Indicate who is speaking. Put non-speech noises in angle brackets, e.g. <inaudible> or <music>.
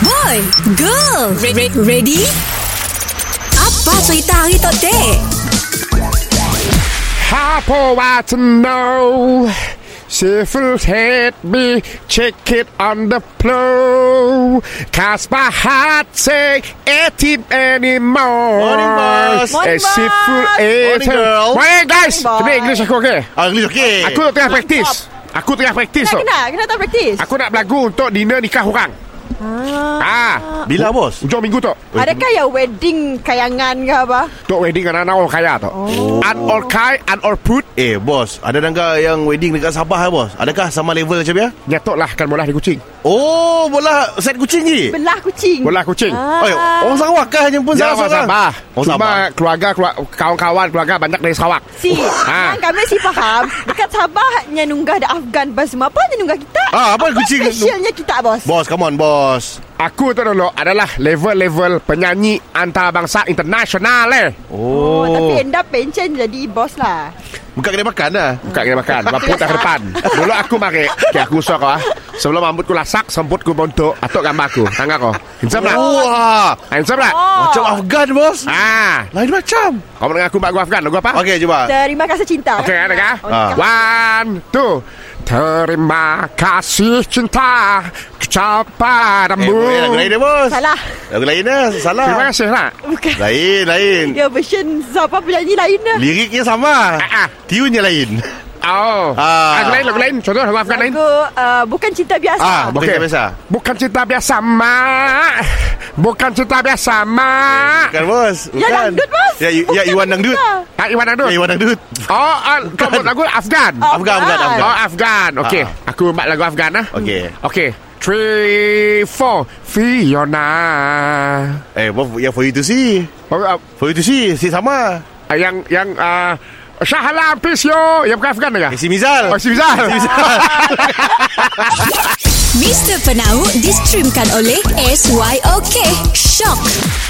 Speaker 1: Boy, girl, re- re- ready? Apa cerita hari tu, dek?
Speaker 2: Harpo want to know. Syphilis hit me, check it on the floor. Cause my heart say it ain't anymore.
Speaker 3: Morning, boss.
Speaker 2: Eh,
Speaker 1: Morning,
Speaker 2: syphilis
Speaker 1: boss.
Speaker 2: it-
Speaker 3: Morning, girl.
Speaker 2: Morning, guys.
Speaker 1: Morning, boss.
Speaker 2: Kena English aku, okay?
Speaker 3: Ah, English okey.
Speaker 2: Aku tengah praktis. Aku tengah praktis tu.
Speaker 1: Kenapa? Kenapa tak praktis?
Speaker 2: Aku nak berlagu untuk dinner nikah orang. Ah.
Speaker 3: Bila bos?
Speaker 2: Hujung minggu tu.
Speaker 1: Adakah yang wedding kayangan ke apa?
Speaker 2: Untuk wedding anak-anak orang kaya
Speaker 1: Oh.
Speaker 2: tu. An all kai, an all put.
Speaker 3: Eh bos, ada dangka yang wedding dekat Sabah eh bos? Adakah sama level macam ya?
Speaker 2: Nyatok lah kan bola di kucing.
Speaker 3: Oh, bola set kucing ni.
Speaker 1: Belah kucing.
Speaker 2: Bola kucing.
Speaker 1: Ah.
Speaker 3: Oh, orang Sarawak kah yang pun
Speaker 2: Ya, orang
Speaker 3: salah seorang?
Speaker 2: Sabah.
Speaker 3: Orang
Speaker 2: Cuma
Speaker 3: Sabah.
Speaker 2: keluarga, keluar- kawan-kawan keluarga banyak dari Sarawak.
Speaker 1: Si,
Speaker 2: Ha.
Speaker 1: ha. yang kami si faham Dekat Sabah Yang nunggah dah Afgan Apa semua Apa yang nunggah kita?
Speaker 3: Ah, apa kucing-
Speaker 1: specialnya kita, bos?
Speaker 3: Bos, come on bos.
Speaker 2: Aku tu dulu adalah level-level penyanyi antarabangsa internasional eh.
Speaker 1: Oh, tapi end up pension jadi bos lah
Speaker 3: Bukan kena makan lah.
Speaker 2: Bukan kena makan, mabut dah ke depan. Dulu aku mari. Okay, aku usah kau ah. Sebelum rambut ku lasak, semput ku bontok. Atuk gambar aku. Tangan kau. Handsome tak?
Speaker 1: Oh.
Speaker 3: Wah,
Speaker 2: Handsome tak?
Speaker 3: macam Afgan bos.
Speaker 2: Ah,
Speaker 3: Lain macam.
Speaker 2: kau mendengar aku Pak Afgan, lagu apa?
Speaker 3: Ha? Okey, cuba.
Speaker 1: Terima kasih cinta
Speaker 2: Okey, ada kah?
Speaker 1: Oh, nikah.
Speaker 2: One, two. Terima kasih cinta
Speaker 3: Eh,
Speaker 2: kepadamu.
Speaker 3: boleh lagu lain dia bos.
Speaker 1: Salah
Speaker 3: Lagu lain dah, salah.
Speaker 2: Terima kasih lah.
Speaker 1: Bukan
Speaker 3: Lain, lain.
Speaker 1: Dia version Siapa penyanyi lain lah
Speaker 3: Liriknya sama.
Speaker 2: Ah, ah.
Speaker 3: Tiunnya lain.
Speaker 2: Oh.
Speaker 3: Ah.
Speaker 2: Lagu lain, lagu lain. Contoh lagu Afgan lain.
Speaker 1: Lagu uh, Bukan cinta biasa
Speaker 3: Ah, bukan
Speaker 2: Okey.
Speaker 3: cinta biasa.
Speaker 2: Bukan cinta biasa, Mak. Bukan cinta biasa, Mak.
Speaker 3: Bukan bos.
Speaker 1: Ya
Speaker 3: Bukan.
Speaker 1: dangdut bos
Speaker 3: Ya, you- ya
Speaker 1: Bukan
Speaker 3: Iwan dangdut.
Speaker 1: cinta.
Speaker 2: Tak, Ah, Iwan Adun. <laughs>
Speaker 3: Ya, Iwan dangdut.
Speaker 2: Oh, ah, kau buat lagu Afgan.
Speaker 1: Oh.
Speaker 3: Afgan, Afgan,
Speaker 1: Afgan.
Speaker 3: Afgan.
Speaker 2: Oh, Afgan. Okey.
Speaker 3: Ah.
Speaker 2: Aku buat lagu Afgan lah.
Speaker 3: Okey.
Speaker 2: Okey. Three, four. Fiona.
Speaker 3: Eh, bos, ya for you to see.
Speaker 2: Oh, ah,
Speaker 3: For you to see, si sama.
Speaker 2: yang, yang, ah, Syahla Pisyo. Yang Ya, bukan Afgan
Speaker 3: Eh,
Speaker 2: ke?
Speaker 3: si Mizal.
Speaker 2: Oh, si Bizarre.
Speaker 4: Mr. Penau distreamkan oleh SYOK Shock